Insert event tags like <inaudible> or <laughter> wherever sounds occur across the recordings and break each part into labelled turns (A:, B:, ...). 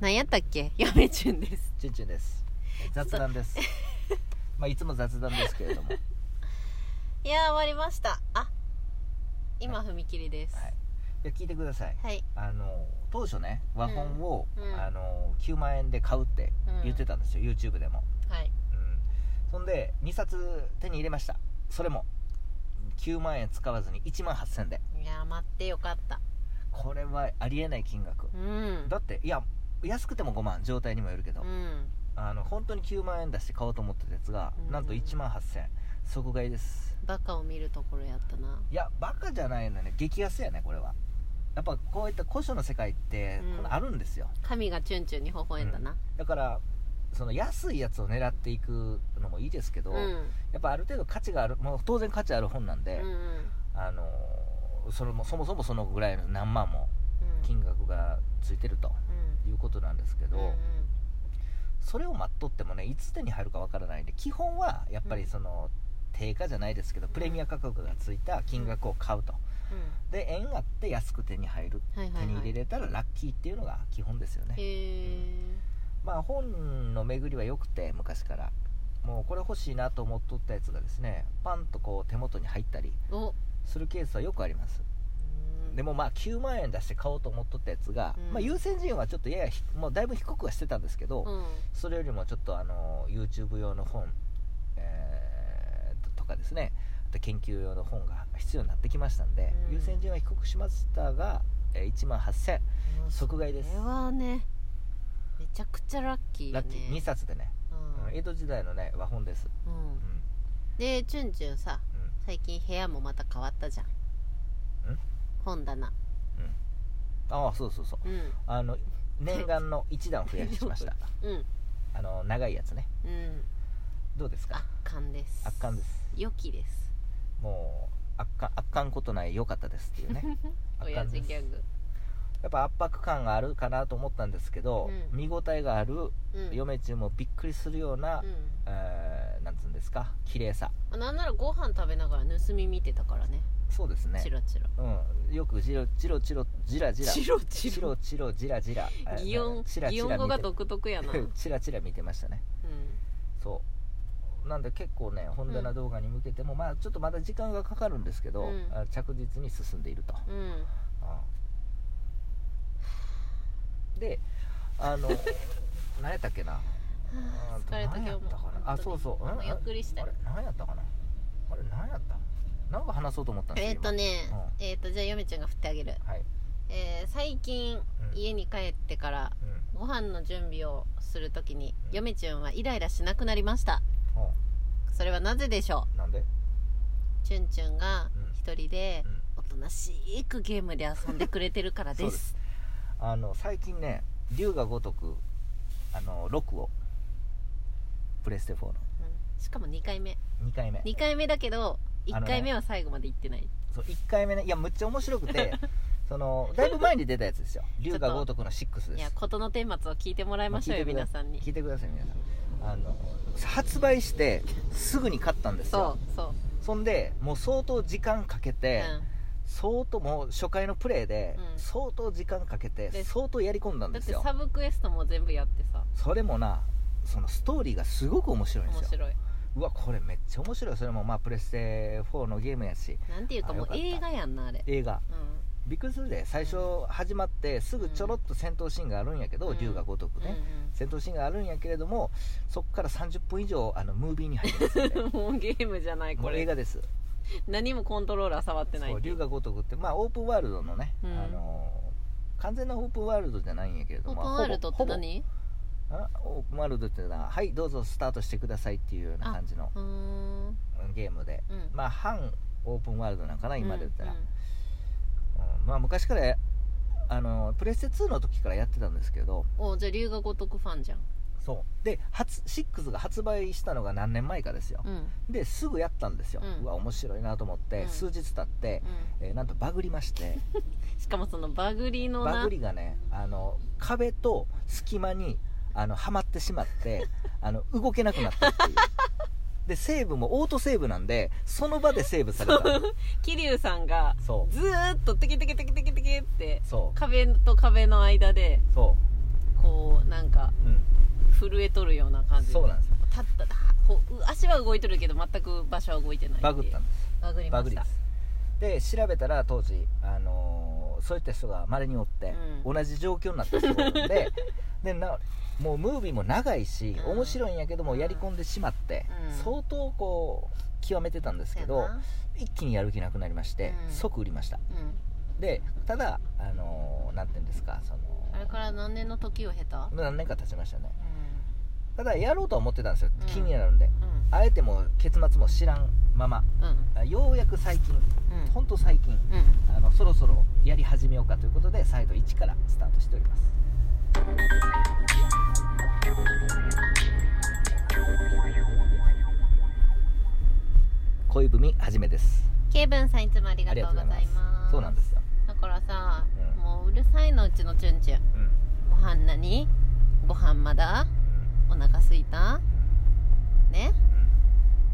A: 何やったっ
B: <laughs>
A: けやめちゅんです
B: ちゅんちゅんです雑談です
A: <laughs>
B: まあいつも雑談ですけれども、はい、
A: いやー終わりましたあ今踏切です
B: いや聞いてください
A: はい、
B: あの当初ね和本を、
A: うんうん
B: あの9万円で買うって
A: うん
B: 言ってたんですよ、YouTube でも、
A: はい
B: うん、そんで2冊手に入れましたそれも9万円使わずに1万8000で
A: いやー待ってよかった
B: これはありえない金額、
A: うん
B: だっていや安くても5万状態にもよるけど、
A: うん
B: あの本当に9万円出して買おうと思ってたやつが、
A: うん
B: なんと1万8000即買いです
A: バカを見るところやったない
B: やバカじゃないのね激安やねこれはやっぱこういった古書の世界って
A: うん
B: このあるんですよ、
A: 神がチュンチュンに微笑んだな
B: だからその安いやつを狙っていくのもいいですけ
A: う
B: ど、
A: ん
B: やっぱある程度価値があるもう当然価値ある本なん
A: うん
B: で、
A: うん
B: あのーそれもそもそもそのぐらいの何万も金額がついてると
A: うん
B: いうことなんですけど、
A: うんうん
B: それを待っとってもねいつ手に入るかわからないんで基本はやっぱりその、定価じゃないですけどプレミア価格がついた金額を買うと、
A: う
B: で円あって安く手に入る
A: んはいは
B: 手
A: い
B: に
A: は
B: 入れ
A: い
B: れたらラッキーっていうのが基本ですよね、
A: へえ
B: まあ本の巡りは良くて昔からもうこれ欲しいなと思っとったやつがですねパンとこう手元に入ったり
A: お
B: するケースはよくあります
A: うん
B: でもまあ9万円出して買おうと思っとったやつが、
A: うん
B: まあ、優先順位はちょっとややひもうだいぶ低くはしてたんですけど、
A: うん
B: それよりもちょっとあの YouTube 用の本、えーとかですねあと研究用の本が必要になってきましたんで、
A: うん
B: 優先順位は低くしましたが、え1万8000即買いです
A: これはねめちゃくちゃラッキーよ
B: ラ
A: ね
B: ッキー2冊でね、
A: うん
B: うん江戸時代のね和本です、
A: うん
B: うん
A: でチュンチュンさ
B: うん
A: 最近部屋もまた変わったじゃん
B: ん
A: 本棚
B: ああそうそうそう
A: うん
B: あの念願の1段増やしました
A: <laughs> うん
B: あの長いやつね
A: うん
B: どうですか
A: 圧巻です
B: 圧巻です
A: 良きです
B: もう圧巻圧巻ことない良かったですってい
A: <laughs>
B: うね圧
A: 親
B: 巻
A: 父
B: です
A: ギャグ
B: やっぱ圧迫感があるかなと思ったんですけど、
A: うん
B: 見応えがある
A: うん
B: 嫁中もびっくりするような、
A: うん
B: えーなんつうんですか綺麗さ
A: あなんならご飯食べながら盗み見てたからね
B: そうですね
A: チロチロ
B: うん、よくじろじろじろじらじら
A: チロチ
B: チ
A: ロ
B: ロチロじらじらえー
A: 擬音
B: チラチ
A: 擬
B: ラ
A: 音語が
B: 見て
A: 独特や
B: <laughs>
A: なうん
B: チラチラ見てましたねそうなんで結構ね本棚動画に向けても、まあちょっとまだ時間がかかるんですけど、
A: うん
B: あ着実に進んでいると、
A: うん
B: うんであの <laughs> 何やったっけな
A: はあ疲れた今日も
B: 何やったかなあそうそううん
A: もうゆっくりしたい
B: あれ何やったかなあれ何やった何か話そうと思ったんです
A: え
B: よ
A: っとねえっとじゃあ嫁ちゃんが振ってあげる
B: 今はい、
A: えー最近
B: うん
A: 家に帰ってから
B: うん
A: ご飯の準備をするときに
B: うん
A: 嫁ちゅんはイライラしなくなりました
B: ほ
A: それはなぜでしょ
B: うなんで
A: うちゅんちゅんが
B: うん
A: 一人で
B: うん
A: おとなしくゲームで遊んでくれてるから
B: そ
A: で
B: うですすあの最近ね龍が如くあの6をプレステ4の
A: うんしかも2回目
B: 2回目
A: 2回目だけど1
B: あのね
A: 回目は最後まで行ってない
B: そう1回目ねいやむっちゃ面白く
A: <laughs>
B: てそのだいぶ前に出たやつですよ龍が如くの6で
A: いや
B: す
A: 事の顛末を聞いてもらいましょうよ
B: まあ
A: 皆さんに
B: 聞いてください皆さんあの発売してすぐに買ったんです
A: そ
B: よ
A: うそう
B: そんでもう相当時間かけて、
A: う
B: 相当もう初回のプレイで
A: うん
B: 相当時間かけ
A: で
B: て相当やり込んだん
A: んだ
B: で
A: っ
B: す
A: て
B: よ
A: サブクエストも全部やってさ
B: それもなそのストーリーがすごく面白いんです
A: 面
B: よ
A: 白いう
B: わこれめっちゃ面白いそれもまあプレステ4のゲームやし
A: なんていうかもう
B: あよかった
A: 映画やんなあれ
B: 映画
A: う
B: びっくりするで最初始まってすぐちょろっと戦闘シーンがあるんやけど、
A: うん
B: 龍が如く
A: ん
B: ね、戦闘シーンがあるんやけれどもそこから30分以上あのムービーに入ってます
A: <laughs>
B: んで
A: うんうん <laughs> もうゲームじゃない
B: も
A: こ
B: う映
A: れ
B: 画です
A: 何もコントローラー触ってない
B: そう
A: ってい
B: 龍
A: う
B: が如くってまあオープンワールドのね、
A: うん
B: あのー完全なオープンワールドじゃないんやけれど
A: オー
B: も
A: プンワールドって
B: ほぼほぼ
A: 何
B: あオープンワールドっていうのははいどうぞスタートしてくださいっていうような感じの
A: うーん
B: うんゲームで
A: うん
B: まあ半オープンワールドなんかな今で言ったら、
A: うん
B: うんまあ昔からあのプレステ2の時からやってたんですけど
A: うんおじゃあ龍が如くファンじゃん
B: そうで初6が発売したのが何年前かですよ
A: うんうん
B: ですぐやったんですよ、
A: う
B: うんわ面白いなと思って、
A: うん
B: 数日経って、えーなんとバグりまして
A: しかもそのバグりの
B: バ
A: な
B: グりがねあの壁と隙間にあのはまってしまって
A: <laughs>
B: あの動けなくなったっていうでセーブもオートセーブなんでその場でセーブされた
A: 桐生さんが
B: そ
A: ずーっとテキテキテキテキテキって
B: うそ
A: 壁と壁の間で
B: うそう
A: こなんか震えとるような
B: う
A: 感
B: ん、
A: じ
B: そうなんですよ
A: 立っただこうう足は動いてるけど全く場所は動いてないってい
B: バ
A: う
B: グったんです
A: バグりま
B: バグ
A: し
B: り
A: た
B: ですで調べたら当時、あのーそういった人がまれにおって、
A: う
B: 同じ状況になった人がおる
A: <laughs>
B: んででなもうムービーも長いし、
A: うん
B: 面白いんやけども
A: うん
B: やり込んでしまって、
A: うん
B: 相当こう極めてたんですけ
A: そ
B: ど
A: やな
B: 一気にやる気なくなりまして、
A: うん
B: 即売りました
A: うん
B: でただあのーなんていうんですかその
A: あれから何年の時を経た
B: 何年か経ちましたね
A: う
B: ただやろうとは思ってたんですよ、
A: うん
B: 気になるんで
A: んうん
B: あえてもう結末も知らんまま
A: うん
B: あようやく最近
A: うん
B: ほんと最近
A: うん
B: あのそろそろやり始めようかということで再度1からスタートしております恋文はじめです
A: ケイブンさんいつもあり
B: あ
A: がと
B: り
A: う
B: が
A: ご
B: とうござ
A: ざ
B: い
A: い
B: ま
A: ますす
B: そうなんですよ、
A: だからさ、
B: うん
A: もううるさいのうちのチュンチュン
B: うん
A: ご飯何ご飯まだお腹すいたね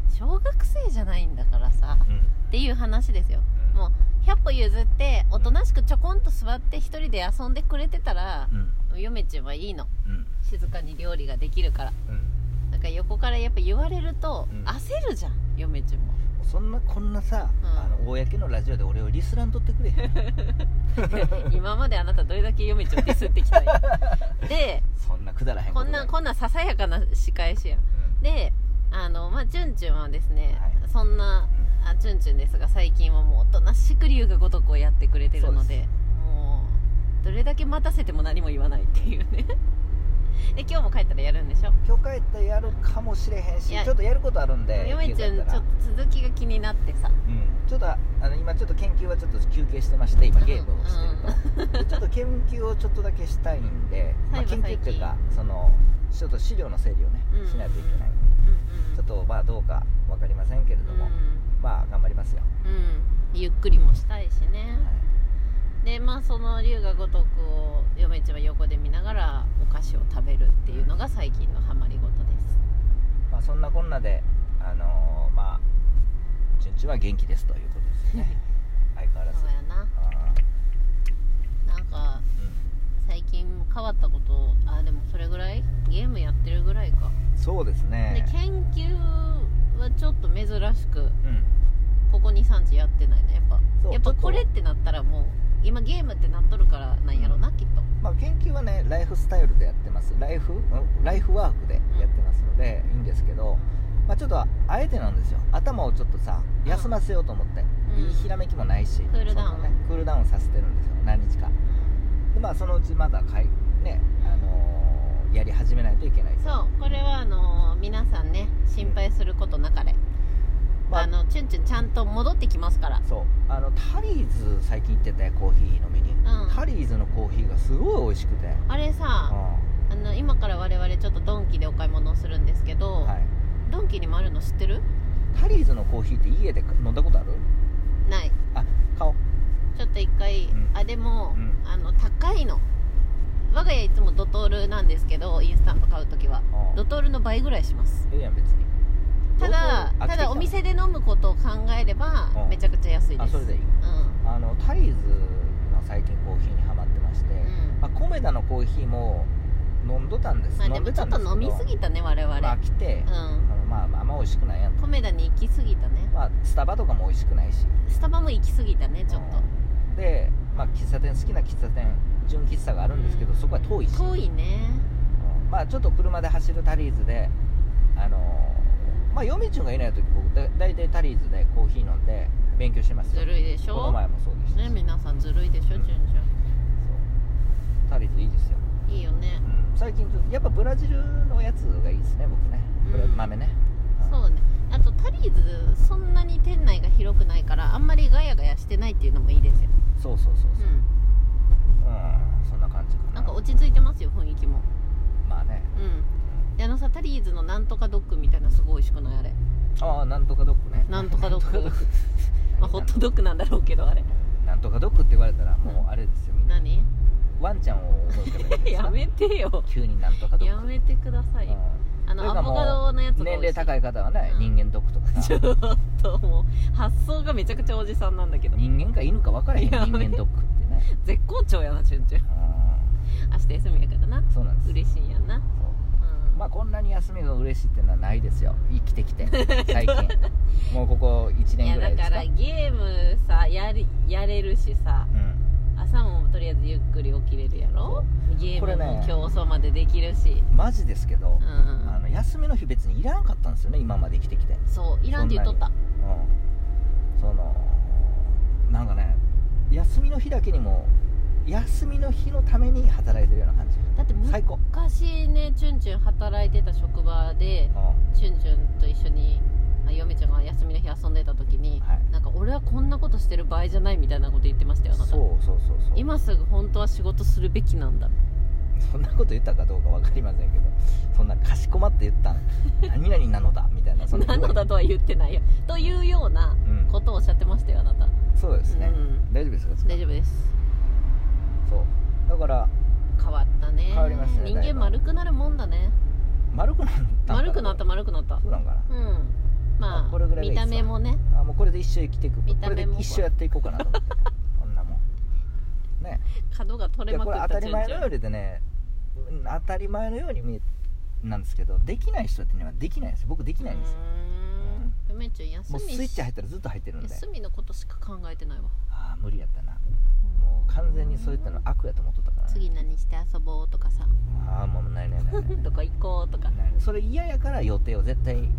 A: 小学生じゃないんだからさ
B: うんう
A: っ
B: ん
A: ていう話ですよ
B: うん
A: もう100歩譲っておとなしくちょこんと座って一人で遊んでくれてたら
B: うん
A: 嫁ちゃんはいいの
B: うん
A: 静かに料理ができるから
B: うん
A: だから横からやっぱ言われると
B: うん
A: 焦るじゃん嫁ちゃんも <laughs>
B: そんなこんなさ、
A: うん
B: あの公のラジオで俺をリスらんとってくれへん
A: 今まであなたどれだけ嫁ちゃんをディスってきたんやで
B: そんなくだらへん
A: こ
B: と
A: んなこんなささやかな仕返しやん
B: う
A: であのまあチュンチュンはですね、
B: は
A: そんなあチュンチュンですが最近はもうおとなしく龍が如くをやってくれてるの
B: そう
A: で
B: で
A: もうどれだけ待たせても何も言わないっていうね <laughs> で今日も帰ったらやるんでしょ
B: ん今日帰ったらやるかもしれへんし
A: いや
B: ちょっとやることあるんで
A: ヨメちゃん
B: 家
A: ちょ
B: 帰
A: ったと
B: ら
A: 続きが気になってさ
B: うん、ちょっとあの今ちょっと研究はちょっと休憩してまして今ゲームをしてると、でちょっと研究をちょっとだけしたいんで、まあ、
A: 最
B: 研
A: 後
B: 究っていうかそのちょっと資料の整理をね、
A: うん
B: しないといけない
A: うんうん
B: ちょっとまあどうか分かりませんけれども、まあ頑張りますよ、
A: うん、うん、ゆっくりもしたいしね
B: はい
A: でまあその龍が如くをヨメちゃんは横で見ながらお菓子を食べるっていうのが最近のハマりごとです
B: まあ、そんなこんなであのーまあ順調は元気ですということで
A: <laughs>
B: すね相変わらず
A: そうやな
B: あ
A: なんか
B: ー
A: 最近変わったことあでもそれぐらいゲームやってるぐらいか、
B: うんそうですね
A: で研究はちょっと珍しく
B: うん
A: ここ23日やってないねやっぱ
B: そう
A: やっぱ
B: ちょっと
A: これってなったらもう今ゲームってなっとるからなんやろなきっと
B: まあ、研究はねライフスタイルでやってますライフんライフワークでやってますので、いいんですけど、まあ、ちょっとあえてなんですよ頭をちょっとさ
A: うん
B: 休ませようと思って、
A: うん
B: いいひらめきもないし
A: クールダウン
B: そんなね、クールダウンさせてるんですよ何日かでまあそのうちまだかいね、あのーやり始めないといけない
A: そうこれはあのー皆さんね心配することなかれ、
B: まあ
A: あのチュンチュンちゃんと戻ってきますから
B: そうあのタリーズ最近行ってたよコーヒー飲みに、
A: うん
B: タリーズのコーヒーがすごい美味しくて、うん
A: あれさ、あの今から我々ちょっとドンキでお買い物をするんですけど、
B: はい、
A: ドンキにもあるの知ってる
B: タリーズのコーヒーって家で飲んだことある
A: ない
B: あ買おう
A: ちょっと一回、
B: うん
A: あでも、
B: うん
A: あの高いの我が家いつもドトールなんですけどインスタント買う時は
B: あ
A: ドトールの倍ぐらいします
B: ええやん別に
A: ただ
B: どこ飽きてき
A: ただお店で飲むことを考えれば
B: うん
A: めちゃくちゃ安いです
B: あそれでいい
A: うん
B: あのタリーズの最近コーヒーにハマってまして、
A: うん
B: まあ、コメダのコーヒーも飲んどたんです、
A: まあで
B: 飲ん
A: も
B: で
A: ちょ
B: た
A: っ
B: んですけど
A: と飲みすぎたね我々、
B: まあ、飽きて、あのまあまああんま美味しくないやん
A: うん
B: と、
A: コメダに行き過ぎたね
B: まあ、スタバとかも美味しくないし
A: スタバも行き過ぎたねちょっ
B: うんで、まあ、喫茶店好きな喫茶店純喫茶があるんですけど、
A: うん
B: そこは遠いし
A: と遠いね
B: うんまあ、ちょっと車で走るタリーズであのーまあ夜道がいない時僕だ大体タリーズでコーヒー飲んで勉強してますよ
A: ずるいでし
B: この
A: ょ
B: 前もそうでした
A: ね
B: し
A: 皆さんずるいでしょ
B: うん
A: 順々
B: そうタリーズいいですよ、
A: いいよね
B: うん、最近ちょっとやっぱブラジルのやつがいいですね僕ねブラ
A: うん
B: 豆ね、
A: そうねあとタリーズそんなに店内が広くないからあんまりガヤガヤしてないっていうのもいいですよ、
B: そうそうそうそう
A: う
B: うん、そんな感じか
A: ん、
B: な
A: なんか落ち着いてますよ雰囲気も
B: まあね
A: うんであのさタリーズのなんとかドッグみたいなすごい美味しくないあれ
B: ああなんとかドッグね
A: なんとかドッグまあホット
B: ド
A: ドッグなんだろうけどあれ
B: <laughs> なんとかドッグって言われたらもうあれですよみんな
A: 何
B: ワンちゃんを思い浮かべるんです
A: <laughs>
B: か
A: やめてよ
B: 急になんとかドッグ
A: やめてください
B: うん
A: あ
B: とい
A: の
B: うか
A: ア
B: もう
A: ボカドのやつが美
B: 年
A: 味し
B: 齢
A: い
B: 高い方はね、
A: うん
B: 人間ドックとか
A: <laughs> ち
B: さ
A: ょっともう発想がめちゃくちゃおじさんなんだけど
B: 人間か犬か分からへん
A: いや
B: 人間ドックってね
A: 絶好調やなチュンチュン
B: うん
A: 明日日休みやからな
B: そうなんです
A: 嬉しいんやんな
B: そう
A: うん
B: まあこんなに休みが嬉しいってのはないですよ生き
A: <laughs>
B: てきて最近もうここ1
A: い
B: 年
A: や
B: ぐらい
A: だ
B: です
A: か
B: から
A: ゲームさやりやれるしさ
B: うん、
A: 朝もとりあえずゆっくり起きれるやろゲー
B: こ
A: ム
B: れね
A: も今日遅までできるし、
B: マジですけど
A: う、
B: あ
A: ん
B: の休みの日別にいらんかったんですよね今まで生きてきて
A: うんそういらんって言っとった
B: うん、そのなんかね休みの日だけにも休みの日のために働いてるような感じ
A: だって
B: 最高、
A: 昔ねチュンチュン働いてた職場で
B: うんは
A: チュンチュンと一緒にまあ嫁ちゃんが休みの日遊んでた時になんか俺はこんなことしてる場合じゃないみたいなこと言ってました
B: い、
A: よあ
B: そ
A: な
B: う
A: た
B: そうそうそう
A: 今すぐ本当は仕事するべきなんだ
B: そんなこと言ったかどうか分かりませんけどそんなかしこまって言
A: <laughs>
B: ったん何々なのだみたいなそん
A: なのだとは言ってないよというような
B: うん
A: ことをおっしゃってましたよあなた
B: そうですね、
A: うん
B: 大丈夫ですか
A: 大丈夫です
B: そうだから
A: 変わったね
B: 変わりましたね
A: 人間丸くなるもんだね
B: 丸くなったんか
A: 丸くなった丸くなった
B: そうなんかな
A: うんま
B: あ
A: あ
B: これぐらいが
A: 見
B: いいっす
A: た
B: わ
A: 目もね
B: あもうこれで一生生きていく
A: 見
B: こ
A: た
B: れで
A: 目も
B: 一生やっていこうかな
A: <laughs>
B: と思ってこんなもんね
A: 角が取れ
B: いや
A: まく
B: こ
A: っ
B: れ
A: た
B: 当たり前のよ
A: チュン
B: う
A: チ
B: にでねうん当たり前のように見えなんですけどできない人っていうのはできないんですよ僕でき
A: ュン
B: ないんですよ
A: うーん嫁ちゃん休
B: も
A: み
B: うスイッチ入ったらずっと入ってるんで
A: 休みのことしか考えてないわ
B: ああ無理やったなもう完全にそういったの悪やと思っとったから、
A: 次何して遊ぼうとかさ
B: ああもうないないないない
A: どこ行こうとか
B: ないそれ嫌やから予定を絶対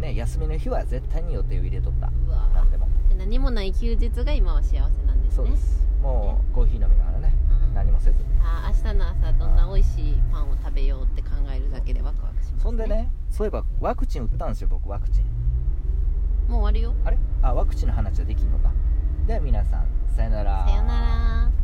B: ね休みの日は絶対に予定を入れとった
A: うわ
B: 何でも
A: で何もない休日が今は幸せなんですね
B: そうですもうコーヒー飲みながらね
A: うん
B: 何もせず
A: あー明日の朝どんな美味しいパンを食べようって考えるだけでワクワクします、ね、
B: そんでねそういえばワクチン打ったんですよ僕ワクチン
A: もう終わるよ
B: あれあワクチンの話はできんのかでは皆さんさよなら
A: さよなら